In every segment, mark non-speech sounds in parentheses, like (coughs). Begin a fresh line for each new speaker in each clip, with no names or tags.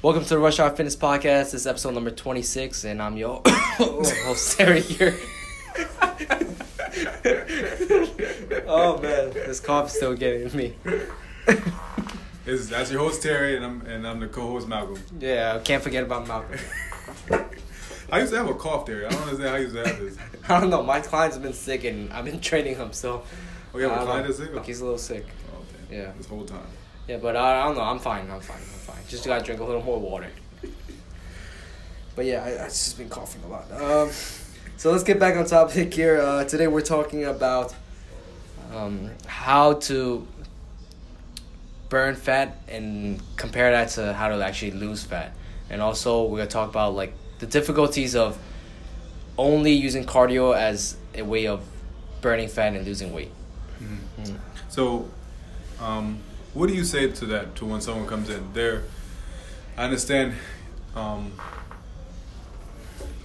Welcome to the Rush Hour Fitness Podcast. This is episode number 26, and I'm your (coughs) host, Terry
(laughs)
here. (laughs) oh, man. This cough's still getting me. (laughs)
It's, that's your host Terry, and I'm and I'm the co-host Malcolm. (laughs)
Yeah, can't forget about Malcolm.
I used to have a cough, Terry. I don't understand how you used to have this.
(laughs) I don't know. My client's been sick, and I've been training him, so.
Oh, you have
I
a client
don't-
that's sick.
He's a little sick.
Oh, damn.
Yeah.
This whole time.
Yeah, but I, I don't know. I'm fine. I'm fine. I'm fine. Just gotta drink a little more water. But yeah, I, I just been coughing a lot. Um, so let's get back on topic here. Uh, today we're talking about um, how to burn fat and compare that to how to actually lose fat, and also we're gonna talk about like the difficulties of only using cardio as a way of burning fat and losing weight.
So, um, what do you say to that? To when someone comes in, there, I understand. Um,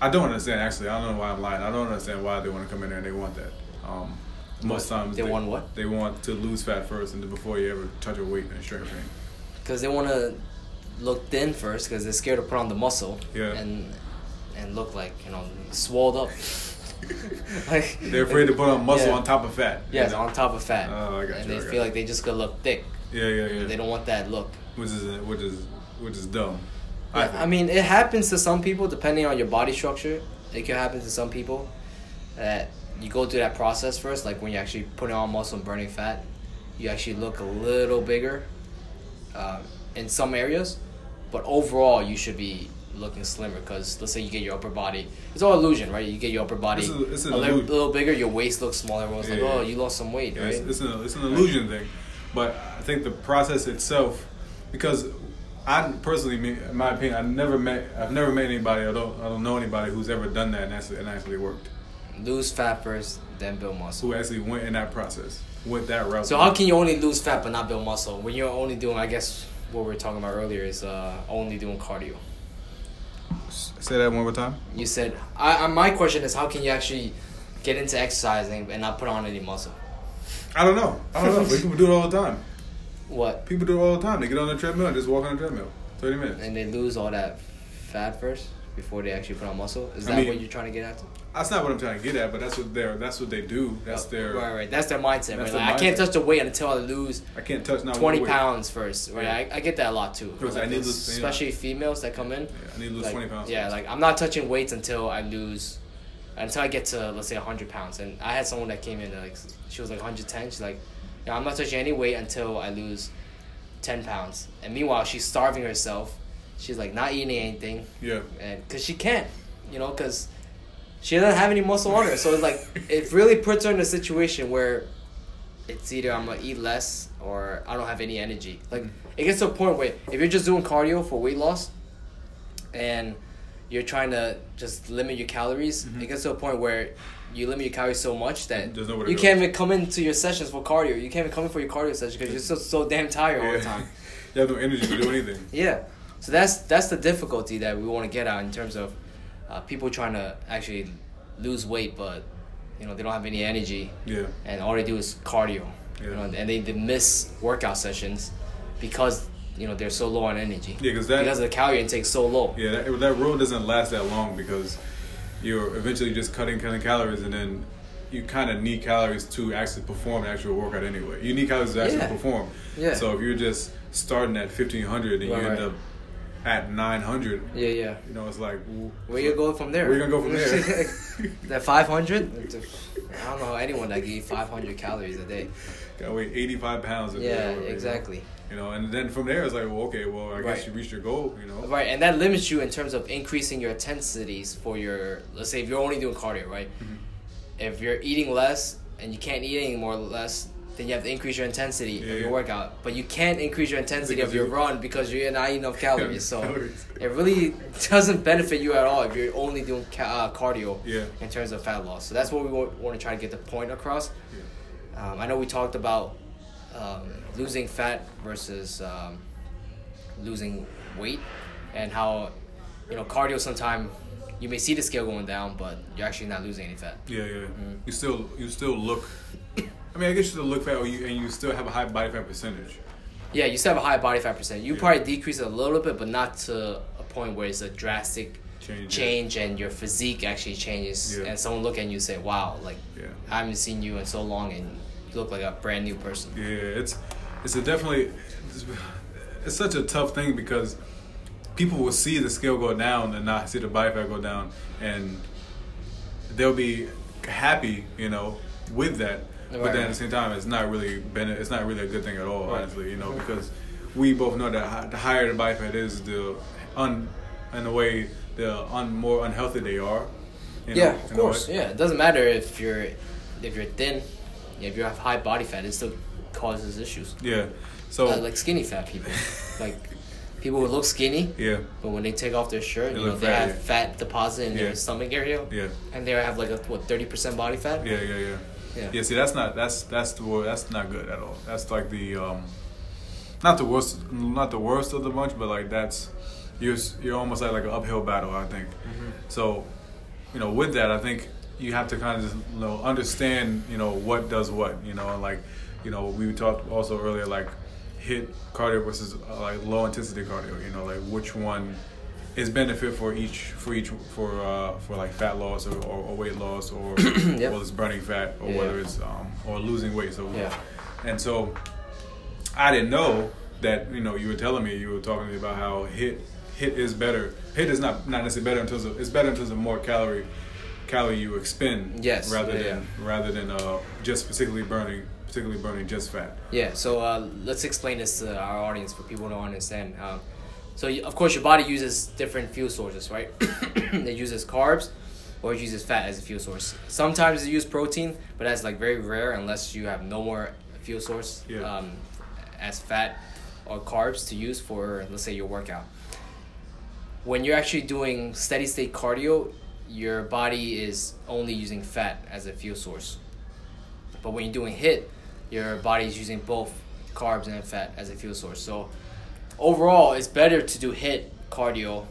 I don't understand actually. I don't know why I'm lying. I don't understand why they want to come in there and they want that. Um, most
What?
times
They want what?
They want to lose fat first, and before you ever touch a weight and strength training.
because they want to look thin first because they're scared to put on the muscle
Yeah.
and and look like you know swelled
(laughs)
up like
They're afraid to put on muscle
Yeah.
on top of fat. you
yes
know?
on top of fat
Oh, I got
and
you,
they
I got
feel
you.
like they just gonna look thick
Yeah, yeah, yeah.
they don't want that look
which is which is which is dumb.
I,
think.
I mean it happens to some people depending on your body structure it can happen to some people that you go through that process first like when you actually putting on muscle and burning fat you actually look a little bigger uh, in some areas, but overall you should be looking slimmer because let's say you get your upper body, it's all illusion, right? You get your upper body
It's a- it's an
a little,
illusion.
little bigger, your waist looks smaller. Everyone's like,
Yeah.
oh, you lost some weight,
Yeah,
right?
it's, it's, an, it's an illusion thing, but I think the process itself, because I personally, me- in my opinion, I've never met, I've never met anybody, I don't, I don't know anybody who's ever done that and actually, and actually worked,
lose fat first, then build muscle.
who actually went in that process, went that route.
So how can you only lose fat but not build muscle when you're only doing, I guess, what we were talking about earlier is uh, only doing cardio.
say that one more time?
You said, I, I, my question is, how can you actually get into exercising and not put on any muscle?
I don't know. I don't know. but people do it all the time.
What?
People do it all the time. They get on the treadmill and just walk on the treadmill, thirty minutes.
and they lose all that fat first before they actually put on muscle. Is
I
that
mean-
what you're trying to get at?
That's not what I'm trying to get at, but that's what they're, that's what they do. That's their.
Oh, right, right. That's their mindset. right?
That's
Like,
their
I can't
mindset.
touch the weight until I lose
I can't touch not
twenty
weight.
pounds first. Right?
Yeah.
I, I get that a lot too.
Because I
Like,
need to lose-
especially females that come in.
Yeah, I need to lose
like,
twenty pounds.
Yeah, like I'm not touching weights until I lose, until I get to let's say hundred pounds. And I had someone that came in that, like she was like 110. She's like, yeah, I'm not touching any weight until I lose ten pounds. And meanwhile, she's starving herself. She's like not eating anything.
yeah.
and because she can't, you know, because she doesn't have any muscle on her. So it's like it really puts her in a situation where it's either I'm gonna eat less or I don't have any energy. Like it gets to a point where if you're just doing cardio for weight loss, and you're trying to just limit your calories, it gets to a point where you limit your calories so much that
Mm-hmm. There's nowhere to
you
go.
can't even come into your sessions for cardio. You can't even come in for your cardio session because you're so so damn tired all the time.
(laughs) you have no energy to do anything.
(laughs) Yeah. So that's that's the difficulty that we want to get at in terms of uh, people trying to actually lose weight, but you know they don't have any energy,
Yeah.
and all they do is cardio. You
Yeah.
know, and they, they miss workout sessions because you know they're so low on energy.
Yeah, 'cause that-
because the calorie intake so low.
Yeah, that, that road doesn't last that long because you're eventually just cutting, cutting calories, and then you kind of need calories to actually perform an actual workout anyway. You need calories to actually
Yeah.
perform.
Yeah.
So if you're just starting at 1500 and
Right,
you end
right.
up at 900,
Yeah, yeah.
you know, it's like, w-
Where you go from there?
where you gonna go from there?
(laughs) that five
(laughs)
hundred? I don't know anyone that can eat five hundred calories a day.
gotta weigh 85 pounds. if
Yeah,
you're overweight,
exactly.
You know, and then from there, it's like, well, okay, well, I
Right.
guess you reached your goal, you know?
Right, and that limits you in terms of increasing your intensities for your. Let's say if you're only doing cardio, right?
Mm-hmm.
If you're eating less and you can't eat any more less, then you have to increase your intensity
Yeah,
of your
yeah.
workout. But you can't increase your intensity of
Because
your
you-
run because you're not eating
(laughs)
enough calories. So
Calories.
it really (laughs) doesn't benefit you at all if you're only doing ca- uh, cardio
Yeah.
in terms of fat loss. So that's what we want, want to try to get the point across.
Yeah.
Um, I know we talked about um, losing fat versus um, losing weight, and how you know cardio. Sometimes you may see the scale going down, but you're actually not losing any fat.
Yeah, yeah.
Mm-hmm.
You (coughs) still you still look. I mean, I guess you still look fat, or you, and you still have a high body fat percentage.
Yeah, you still have a high body fat percent. You
Yeah.
probably decrease it a little bit, but not to a point where it's a drastic
Change, yeah.
change and your physique actually changes,
Yeah.
and someone look at you and say, "Wow, like
Yeah.
I haven't seen you in so long, and you look like a brand new person."
Yeah, it's it's a definitely it's, it's such a tough thing because people will see the scale go down and not see the body fat go down, and they'll be happy, you know, with that. But then
Right.
at the same time, it's not really been it's not really a good thing at all,
Right.
honestly, you know, because we both know that hi- the higher the body fat is, the un in a way the un more unhealthy they are. You know,
yeah, of
in a
course.
way.
Yeah, it doesn't matter if you're if you're thin, if you have high body fat, it still causes issues.
Yeah. So
Uh, like skinny fat
(laughs)
people, like people who look skinny,
yeah,
but when they take off their shirt,
They
you know,
look
they
fat,
have
yeah.
fat deposit in
Yeah.
their stomach area,
yeah.
and they have like a what thirty percent body fat.
Yeah, yeah, yeah.
Yeah.
Yeah. see, that's not that's that's the wor- that's not good at all. That's like the um, not the worst, not the worst of the bunch, but like that's you're s- you're almost at like an uphill battle, I think.
Mm-hmm.
So, you know, with that, I think you have to kind of just you know understand you know what does what, you know, and like you know we talked also earlier like hit cardio versus uh, like low intensity cardio, you know, like which one is benefit for each for each for uh for like fat loss or, or, or weight loss
(coughs)
or
Yep.
whether it's burning fat or
Yeah.
whether it's um or losing weight so
Yeah.
and so i didn't know that you know you were telling me you were talking to me about how hit hit is better hit is not not necessarily better in terms of it's better in terms of more calorie calorie you expend
Yes,
rather
yeah,
than rather than uh just particularly burning particularly burning just fat
Yeah, so uh, let's explain this to our audience for people who don't understand. Um, so, you, of course, your body uses different fuel sources, right? (coughs) it uses carbs or it uses fat as a fuel source. Sometimes it uses protein, but that's like very rare unless you have no more fuel source
Yeah.
um, as fat or carbs to use for, let's say, your workout. When you're actually doing steady state cardio, your body is only using fat as a fuel source. But when you're doing HIT, your body's using both carbs and fat as a fuel source. So overall, it's better to do HIT cardio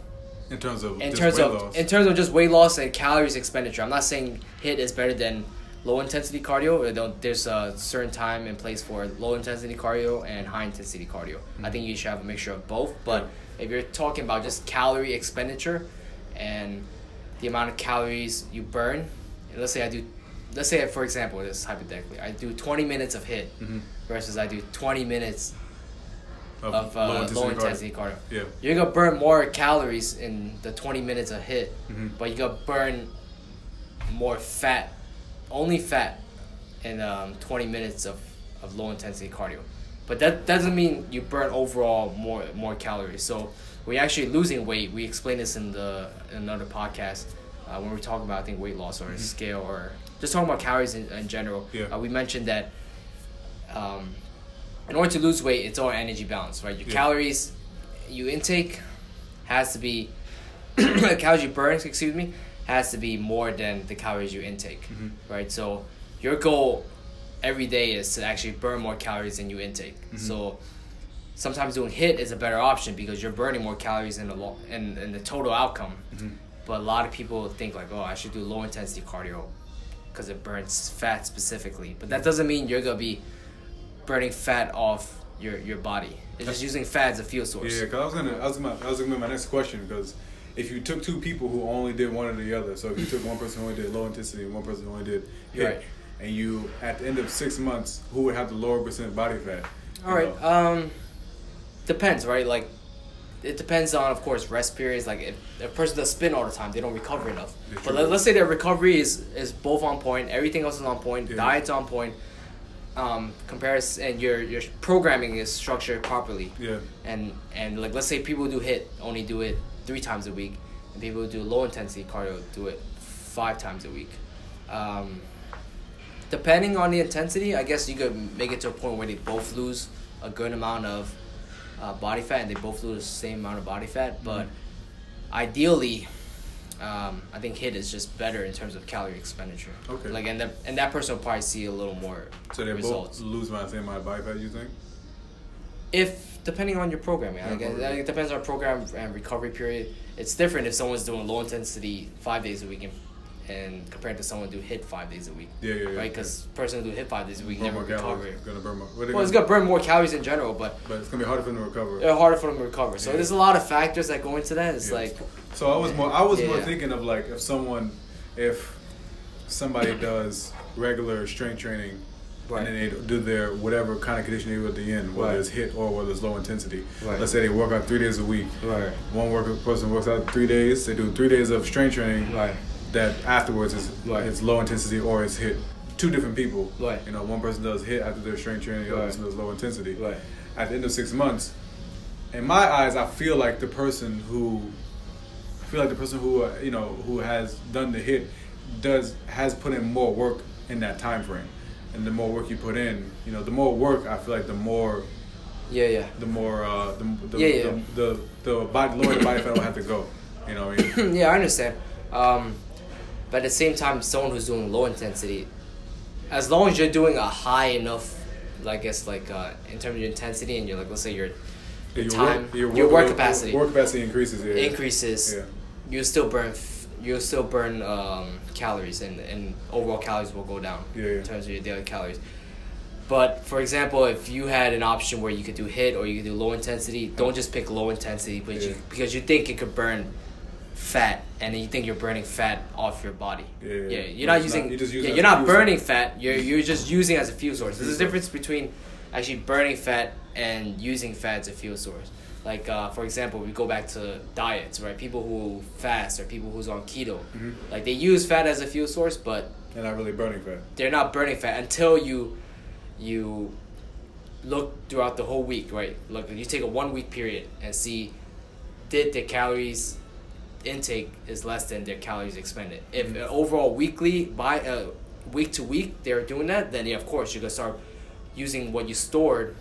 in terms of
in
just
terms
weight
of
loss.
in terms of just weight loss and calories expenditure. I'm not saying HIT is better than low intensity cardio. I don't- There's a certain time and place for low intensity cardio and high intensity cardio. I think you should have a mixture of both. But if you're talking about just calorie expenditure and the amount of calories you burn, let's say I do, let's say for example, this is hypothetically, I do 20 minutes of HIT
Mm-hmm.
versus I do 20 minutes of uh, low intensity,
cardio.
cardio.
Yeah.
You're gonna burn more calories in the 20 minutes of hit,
Mm-hmm.
but you're gonna burn more fat, only fat, in um, 20 minutes of, of low intensity cardio. But that doesn't mean you burn overall more more calories. So we're actually losing weight. We explained this in the in another podcast uh, when we we're talking about I think weight loss or scale or just talking about calories in, in general.
Mm-hmm. Yeah.
Uh, we mentioned that um, in order to lose weight, it's all energy balance, right? Your
Yeah.
calories you intake has to be (clears throat) calories you burn, excuse me, has to be more than the calories you intake, right? So your goal every day is to actually burn more calories than you intake. So sometimes doing hit is a better option because you're burning more calories in the lo- in, in the total outcome. But a lot of people think like, oh, I should do low intensity cardio because it burns fat specifically. But that doesn't mean you're gonna be burning fat off your your body. It's just using fat as a fuel source.
Yeah, because I was gonna, I was gonna, I was gonna be my next question because if you took two people who only did one or the other, so if you took one person who only did low intensity and one person who only did hit,
Right.
and you at the end of six months, who would have the lower percent body fat?
All
You
right.
know?
Um, depends, right? Like, it depends on, of course, rest periods. Like, if if a person does spin all the time, they don't recover enough.
That's
But
true.
let, let's say their recovery is is both on point. Everything else is on point.
Yeah.
Diet's on point. Um, compares and your your programming is structured properly.
yeah,
And and like let's say people do hit only do it three times a week, and people who do low intensity cardio do it five times a week. Um, depending on the intensity, I guess you could make it to a point where they both lose a good amount of uh, body fat and they both lose the same amount of body fat.
Mm-hmm.
But ideally, um, I think hit is just better in terms of calorie expenditure.
Okay.
Like and that and that person will probably see a little more
so they
results
both lose my same amount of body fat. You think?
if depending on your programming, I
Yeah,
guess
program.
it depends on program and recovery period. It's different if someone's doing low intensity five days a week and, and compared to someone who hit five days a week.
Yeah, yeah, yeah,
Right, because person who hit five days a week
Burn
never
more
recover.
calories. It's gonna burn more. what are they
Well, it's
gonna-
gonna burn more calories in general, but
But it's gonna be harder for them to recover.
they're harder for them to recover. So
Yeah.
there's a lot of factors that go into that. It's
Yeah.
like
So I was more I was
Yeah,
more
yeah.
thinking of like if someone if
(coughs)
somebody does regular strength training
Right.
and then they do their whatever kind of conditioning they do at the end, whether
Right.
it's hit or whether it's low intensity.
Right.
Let's say they work out three days a week.
Right.
One worker person works out three days, they do three days of strength training
Right.
that afterwards is
Right.
it's low intensity or it's hit. Two different people.
Right.
You know, one person does hit after their strength training, the other
Right.
person does low intensity.
Right.
At the end of six months, in my eyes, I feel like the person who I feel like the person who uh, you know who has done the hit does has put in more work in that time frame, and the more work you put in, you know, the more work I feel like the more
yeah, yeah.
the more uh, the, the,
Yeah, yeah.
the the the body lower the body fat will have to go. You know, what
(coughs)
I
(laughs)
mean?
yeah, I understand. Um, but at the same time, someone who's doing low intensity, as long as you're doing a high enough, I guess, like uh, in terms of intensity, and you're like, let's say your
Yeah,
your time, your, work capacity
work capacity increases. Yeah, yeah.
increases,
Yeah.
you still burn f- you still burn um, calories, and and overall calories will go down
Yeah, yeah.
in terms of your daily calories. But for example, if you had an option where you could do hit or you could do low intensity, don't just pick low intensity, but
Yeah.
you, because you think it could burn fat, and then you think you're burning fat off your body.
Yeah, yeah, yeah.
you're
But
not
it's not-
using.
you're just
yeah,
using
you're
it as a
not
fuel source.
burning fat. You're you're just using it as a fuel source. There's a
Fuel
difference between actually burning fat and using fat as a fuel source. Like uh, for example, we go back to diets, right? People who fast or people who's on keto, like they use fat as a fuel source, but
and not really burning fat.
they're not burning fat until you you look throughout the whole week, right? Look, you take a one week period and see did their calories intake is less than their calories expended. If uh, overall weekly by uh, week to week they're doing that, then yeah, of course you're gonna start using what you stored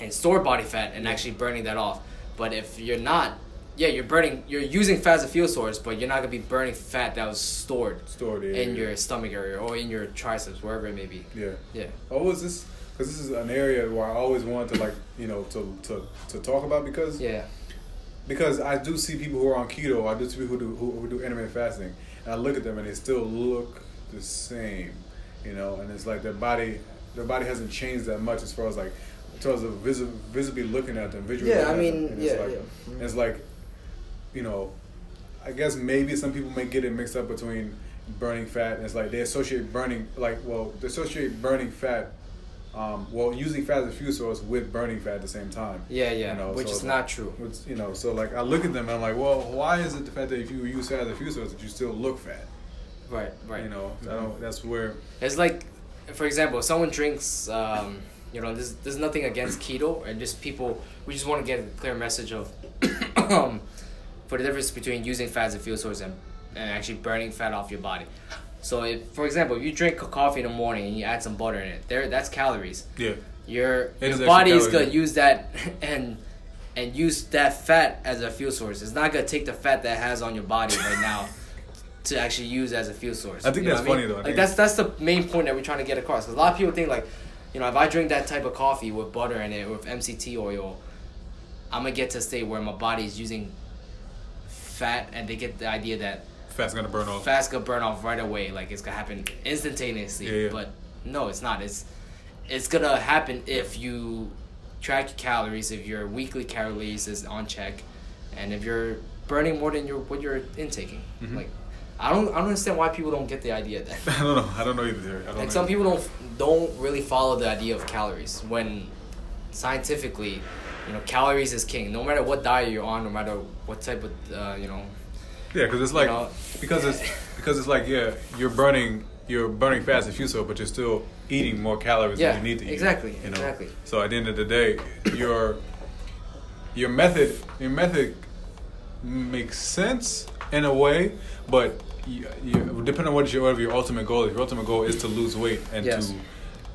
and store body fat and actually burning that off. But if you're not, yeah, you're burning, you're using fat as a fuel source, but you're not gonna be burning fat that was stored
Stored yeah,
in
yeah.
your stomach area or in your triceps, wherever it may be.
yeah.
Yeah.
Oh, was this? Because this is an area where I always wanted to like you know to to, to talk about because
Yeah.
because I do see people who are on keto. I do see people who do who, who do intermittent fasting, and I look at them and they still look the same, you know. And it's like their body, their body hasn't changed that much as far as like in terms of visi- visibly looking at them, visually.
Yeah,
looking
I
at
mean,
them. And it's
yeah, Mm-hmm.
like,
yeah.
and It's like, you know, I guess maybe some people may get it mixed up between burning fat and it's like they associate burning like well they associate burning fat. Um, well, using fat as a fuel source with burning fat at the same time.
Yeah, yeah, which is
it's
not
like-
true.
which, you know, so like I look at them and I'm like, well, why is it the fact that if you use fat as a fuel source that you still look fat?
Right. Right.
You know, I don't, that's where.
It's like, for example, if someone drinks, um, you know, there's, there's nothing against keto, and just people, we just want to get a clear message of um, for the difference between using fat as a fuel source and, and actually burning fat off your body. So, if, for example, if you drink coffee in the morning and you add some butter in it, there that's calories.
Yeah.
Your,
is
your
extra
body is
calorie.
gonna use that (laughs) and and use that fat as a fuel source. It's not gonna take the fat that it has on your body right
(laughs)
now to actually use as a fuel source.
I think
You know
that's
what
funny, though. I
Like
think-
that's that's the main point that we're trying to get across. 'Cause a lot of people think like, you know, if I drink that type of coffee with butter in it or with MCT oil, I'm gonna get to a state where my body is using fat, and they get the idea that
Fat's gonna burn off.
fast gonna burn off right away. Like it's gonna happen instantaneously.
Yeah, yeah.
But no, it's not. It's it's gonna happen if you track your calories, if your weekly calories is on check, and if you're burning more than your what you're intaking.
Mm-hmm.
Like I don't I don't understand why people don't get the idea
(laughs)
that
(laughs) I don't know. I don't know either. Terry. I don't know
like some
either.
people don't don't really follow the idea of calories when scientifically, you know, calories is king. No matter what diet you're on, no matter what type of uh, you know,
Yeah, because it's like
know?
because it's because it's like yeah, you're burning you're burning fast and fuel, source, but you're still eating more calories
Yeah,
than you need to eat.
exactly,
you know?
exactly.
So at the end of the day, your your method your method makes sense in a way, but you, you, depending on what your whatever your ultimate goal is, your ultimate goal is to lose weight and
Yes.
to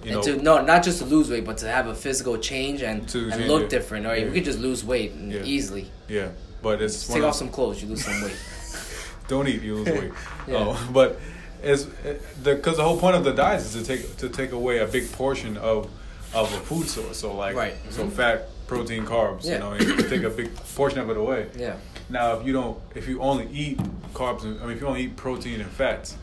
you know
and to no, not just to lose weight, but to have a physical change and
To
and
change
look
it.
different. Or
Yeah.
you could just lose weight and
Yeah.
easily.
yeah. But it's
Just
one
take
of-
off some clothes, you lose some
(laughs)
weight.
don't eat, you lose
(laughs)
weight.
Yeah.
Oh, (laughs) but it's it, the because the whole point of the diet is to take to take away a big portion of of a food source. So like
Right. Mm-hmm.
so fat, protein, carbs.
Yeah.
You know, and take a big portion of it away.
Yeah.
Now, if you don't, if you only eat carbs, and, I mean, if you only eat protein and fats,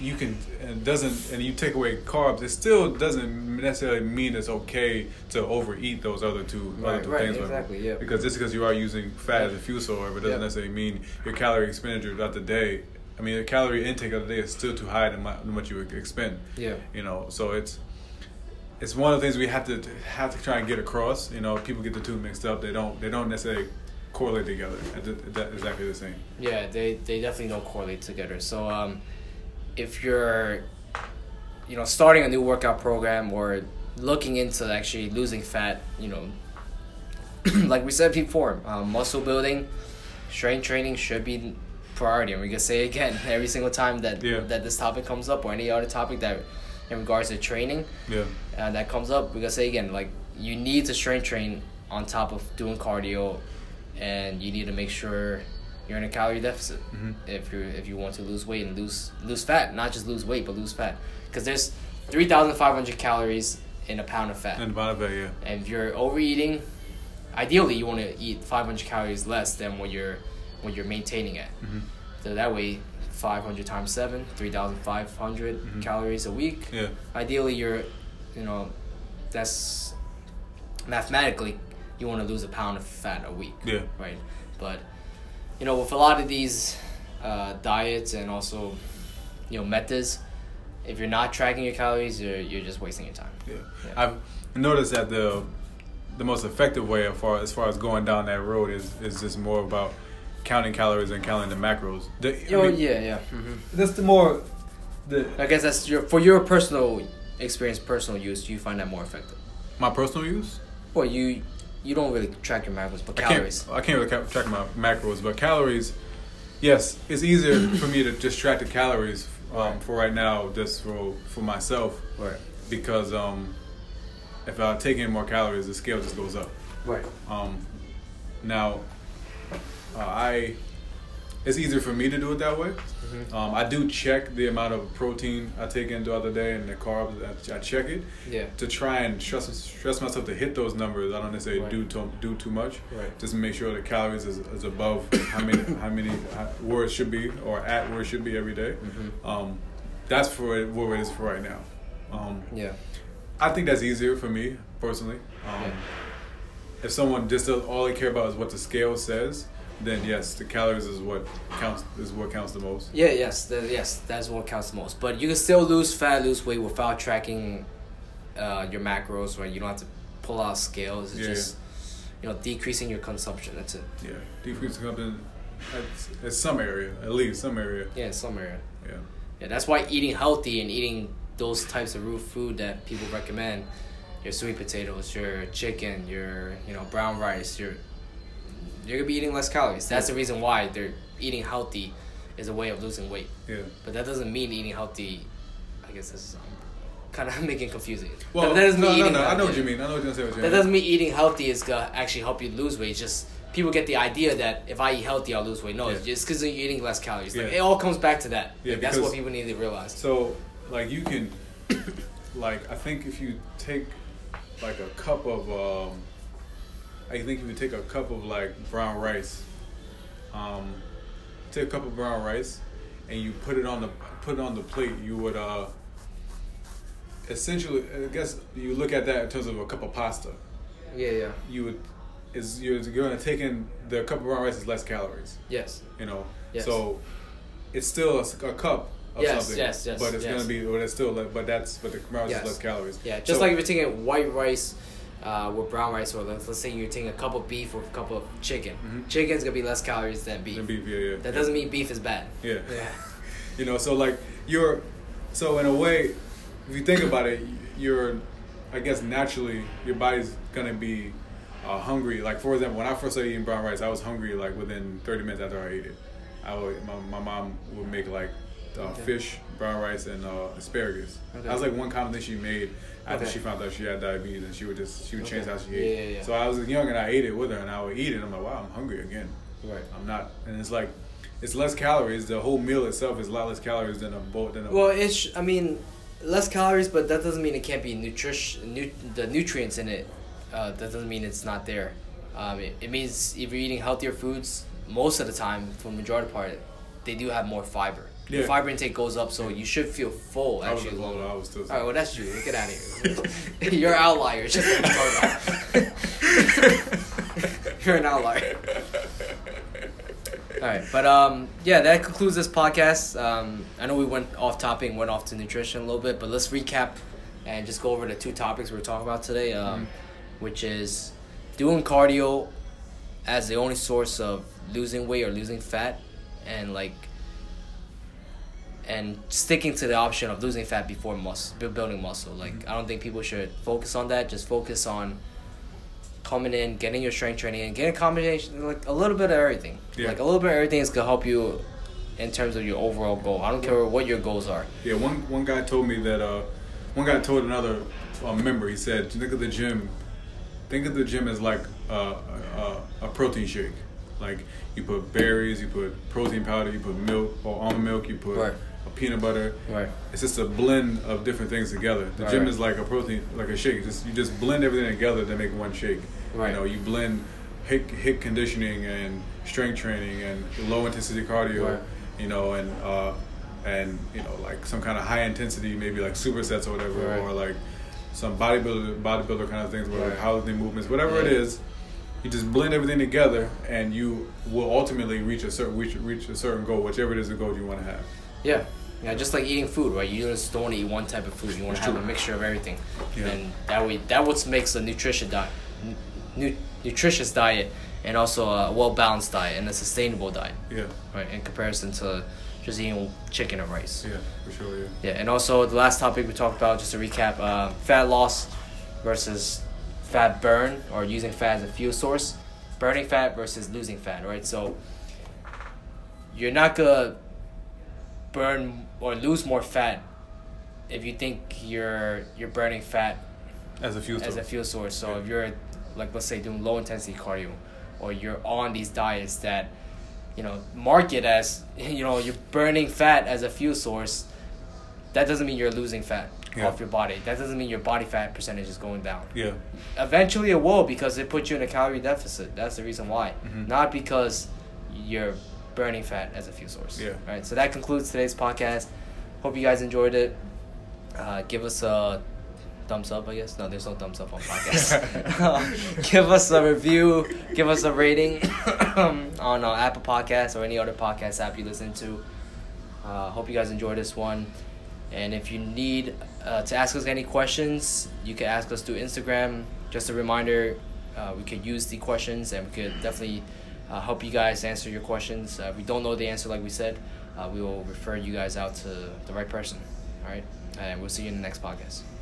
you can and doesn't and you take away carbs, it still doesn't necessarily mean it's okay to overeat those other two
Right,
other two
right,
things. whatever.
exactly, yeah.
Because just because you are using fat as a fuel source, it doesn't
Yeah.
necessarily mean your calorie expenditure throughout the day. I mean, your calorie intake of the day is still too high than, my, than what you would expend.
Yeah.
You know, so it's it's one of the things we have to have to try and get across. You know, people get the two mixed up. They don't they don't necessarily correlate together. It's it's exactly the same.
Yeah, they, they definitely don't correlate together. So um, if you're, you know, starting a new workout program or looking into actually losing fat, you know, (clears throat) like we said before, um, muscle building, strength training should be priority. And we can say again (laughs) every single time that
Yeah.
that this topic comes up or any other topic that in regards to training
Yeah.
uh, that comes up, we can say again like you need to strength train on top of doing cardio, and you need to make sure you're in a calorie deficit if you if you want to lose weight and lose lose fat, not just lose weight but lose fat, because there's three thousand five hundred calories in a pound of fat.
And Bonavay, yeah.
And if you're overeating, ideally you want to eat 500 calories less than what you're what you're maintaining at.
Mm-hmm.
So that way, 500 times seven, 3,500 calories a week.
Mm-hmm. Yeah.
Ideally, you're, you know, that's mathematically you want to lose a pound of fat a week.
Yeah.
Right. But you know, with a lot of these uh, diets and also you know methods, if you're not tracking your calories, you're you're just wasting your time.
Yeah.
Yeah.
I've noticed that the the most effective way as far as far as going down that road is is just more about counting calories and counting the macros. The, I
Oh
mean,
yeah, yeah. hmm
That's the more the
I guess that's your for your personal experience, personal use. You find that more effective.
my personal use.
Well, you you don't really track your macros, but
I can't-
calories.
I can't really ca- track my macros, but calories. Yes, it's easier
(clears throat)
for me to just track the calories um,
Right.
for right now, just for for myself,
Right.
because um, if I take in more calories, the scale just goes up.
Right.
Um, now, uh, I it's easier for me to do it that way.
Mm-hmm.
Um, I do check the amount of protein I take in throughout the day and the carbs. I, I check it
Yeah.
to try and stress stress myself to hit those numbers. I don't necessarily
Right.
do too, do too much.
Right.
Just make sure the calories is, is above how many (coughs) how many uh, where it should be or at where it should be every day.
Mm-hmm.
Um, that's for it, where it is for right now. Um,
Yeah.
I think that's easier for me personally. Um,
Yeah.
If someone just does, all they care about is what the scale says, then yes, the calories is what counts is what counts the most.
Yeah. Yes. That, yes. That's what counts the most. But you can still lose fat, lose weight without tracking uh, your macros. Right. You don't have to pull out scales. It's
Yeah.
just you know decreasing your consumption. That's it.
Yeah, decrease something at, at some area, at least some area.
Yeah. Somewhere.
Yeah,
Yeah, that's why eating healthy and eating those types of root food that people recommend, your sweet potatoes, your chicken, your you know brown rice, your you're gonna be eating less calories. That's the reason why they're eating healthy is a way of losing weight.
yeah.
But that doesn't mean eating healthy. I guess that's kind of (laughs) making it confusing.
Well,
that doesn't mean
no, no,
eating
no. I
healthy-
know what you mean. I know what you're saying. What you
That
mean.
doesn't mean eating healthy is gonna actually help you lose weight. It's just people get the idea that if I eat healthy, I'll lose weight. No, it's
Yeah.
just because you're eating less calories. Like,
Yeah.
It all comes back to that.
Yeah,
Like, that's
because-
what people need to realize.
So, like, you can, (coughs) like, I think if you take, like, a cup of, um, I think if you take a cup of, like, brown rice, um, take a cup of brown rice, and you put it on the put it on the plate, you would, uh, essentially, I guess you look at that in terms of a cup of pasta.
Yeah, yeah.
You would, is you're going to take in the cup of brown rice is less calories
Yes.
you know.
Yes.
So it's still a, s- a cup of
Yes,
something.
yes, yes,
But it's
yes.
gonna be, but it's still, le- but that's, but the carbs
Yes.
is less calories.
Yeah, just
So-
like if you're taking white rice uh, with brown rice, or let's, let's say you're taking a cup of beef with a cup of chicken. Chicken's gonna be less calories than beef.
and Mm-hmm. beef, yeah, yeah.
That doesn't mean beef is bad.
Yeah.
Yeah.
(laughs) You know, so like you're, so in a way, if you think about it, you're, I guess naturally your body's gonna be uh, hungry. Like for example, when I first started eating brown rice, I was hungry like within 30 minutes after I ate it. I would, my, my mom would make like uh, fish, brown rice, and uh, asparagus.
Okay.
That was like one common thing she made after
Okay.
she found out she had diabetes, and she would just she would change
Okay.
how she
Yeah,
ate.
yeah, yeah.
So I was young and I ate it with her, and I would eat it. And I'm like, wow, I'm hungry again.
Right.
I'm not, and it's like, it's less calories. The whole meal itself is a lot less calories than a bowl. Than a
Well, it's I mean, less calories, but that doesn't mean it can't be nutrition. Nu- the nutrients in it, uh, that doesn't mean it's not there. Um, it, it means if you're eating healthier foods, most of the time, for the majority part, they do have more fiber. Your
Yeah.
fiber intake goes up, so you should feel full.
I was
Actually,
low. I was still.
All right, well, that's you. Get out of here. (laughs) You're an outlier. Just like
(laughs)
Ricardo. (laughs) You're an outlier. All right, but um, yeah, that concludes this podcast. Um, I know we went off topic, and went off to nutrition a little bit, but let's recap and just go over the two topics we were talking about today, um, which is doing cardio as the only source of losing weight or losing fat, and like and sticking to the option of losing fat before muscle, building muscle. Like
Mm-hmm.
I don't think people should focus on that. Just focus on coming in, getting your strength training, and getting a combination like a little bit of everything.
Yeah.
Like a little bit of everything is gonna help you in terms of your overall goal. I don't care what your goals are.
Yeah, one one guy told me that. Uh, one guy told another uh, member. He said, "Think of the gym. Think of the gym as like uh, a, a, a protein shake. Like you put berries, you put protein powder, you put milk or almond milk, you put
Right.
a peanut butter.
Right.
It's just a blend of different things together. The
Right,
gym
right.
is like a protein, like a shake. Just you just blend everything together to make one shake.
Right.
You know, you blend hit, hit conditioning and strength training and low intensity cardio.
Right.
You know, and uh, and you know, like some kind of high intensity, maybe like supersets or whatever,
Right.
or like some bodybuilder bodybuilder kind of things, where
Right.
like housing movements, whatever it
Yeah.
is. You just blend everything together, and you will ultimately reach a certain reach, reach a certain goal, whichever it is the goal you want to have.
Yeah. Yeah, just like eating food, right? You just don't want to eat one type of food. You want to
That's
have a
true.
mixture of everything,
Yeah.
and that way, that what makes a nutritious diet, nu- nutritious diet, and also a well balanced diet and a sustainable diet,
Yeah,
right? In comparison to just eating chicken and rice.
yeah, for sure. Yeah.
Yeah, and also the last topic we talked about, just to recap, uh, fat loss versus fat burn, or using fat as a fuel source, burning fat versus losing fat, right? So you're not gonna burn or lose more fat if you think you're you're burning fat
As a fuel
as a
source.
fuel source. So if you're like let's say doing low intensity cardio, or you're on these diets that you know market as (laughs) you know you're burning fat as a fuel source, that doesn't mean you're losing fat
Yeah.
off your body. That doesn't mean your body fat percentage is going down.
Yeah,
Eventually it will because it puts you in a calorie deficit. That's the reason why,
Mhm.
not because you're burning fat as a fuel source.
Yeah.
All right. So that concludes today's podcast. Hope you guys enjoyed it. Uh, give us a thumbs up, I guess. No, there's no thumbs up on podcasts. (laughs) give us a review. Give us a rating (coughs) on uh, Apple Podcasts or any other podcast app you listen to. Uh, hope you guys enjoy this one. And if you need uh, to ask us any questions, you can ask us through Instagram. Just a reminder, uh, we could use the questions and we could definitely uh, help you guys answer your questions. Uh, if we don't know the answer, like we said, uh, we will refer you guys out to the right person. All right. And we'll see you in the next podcast.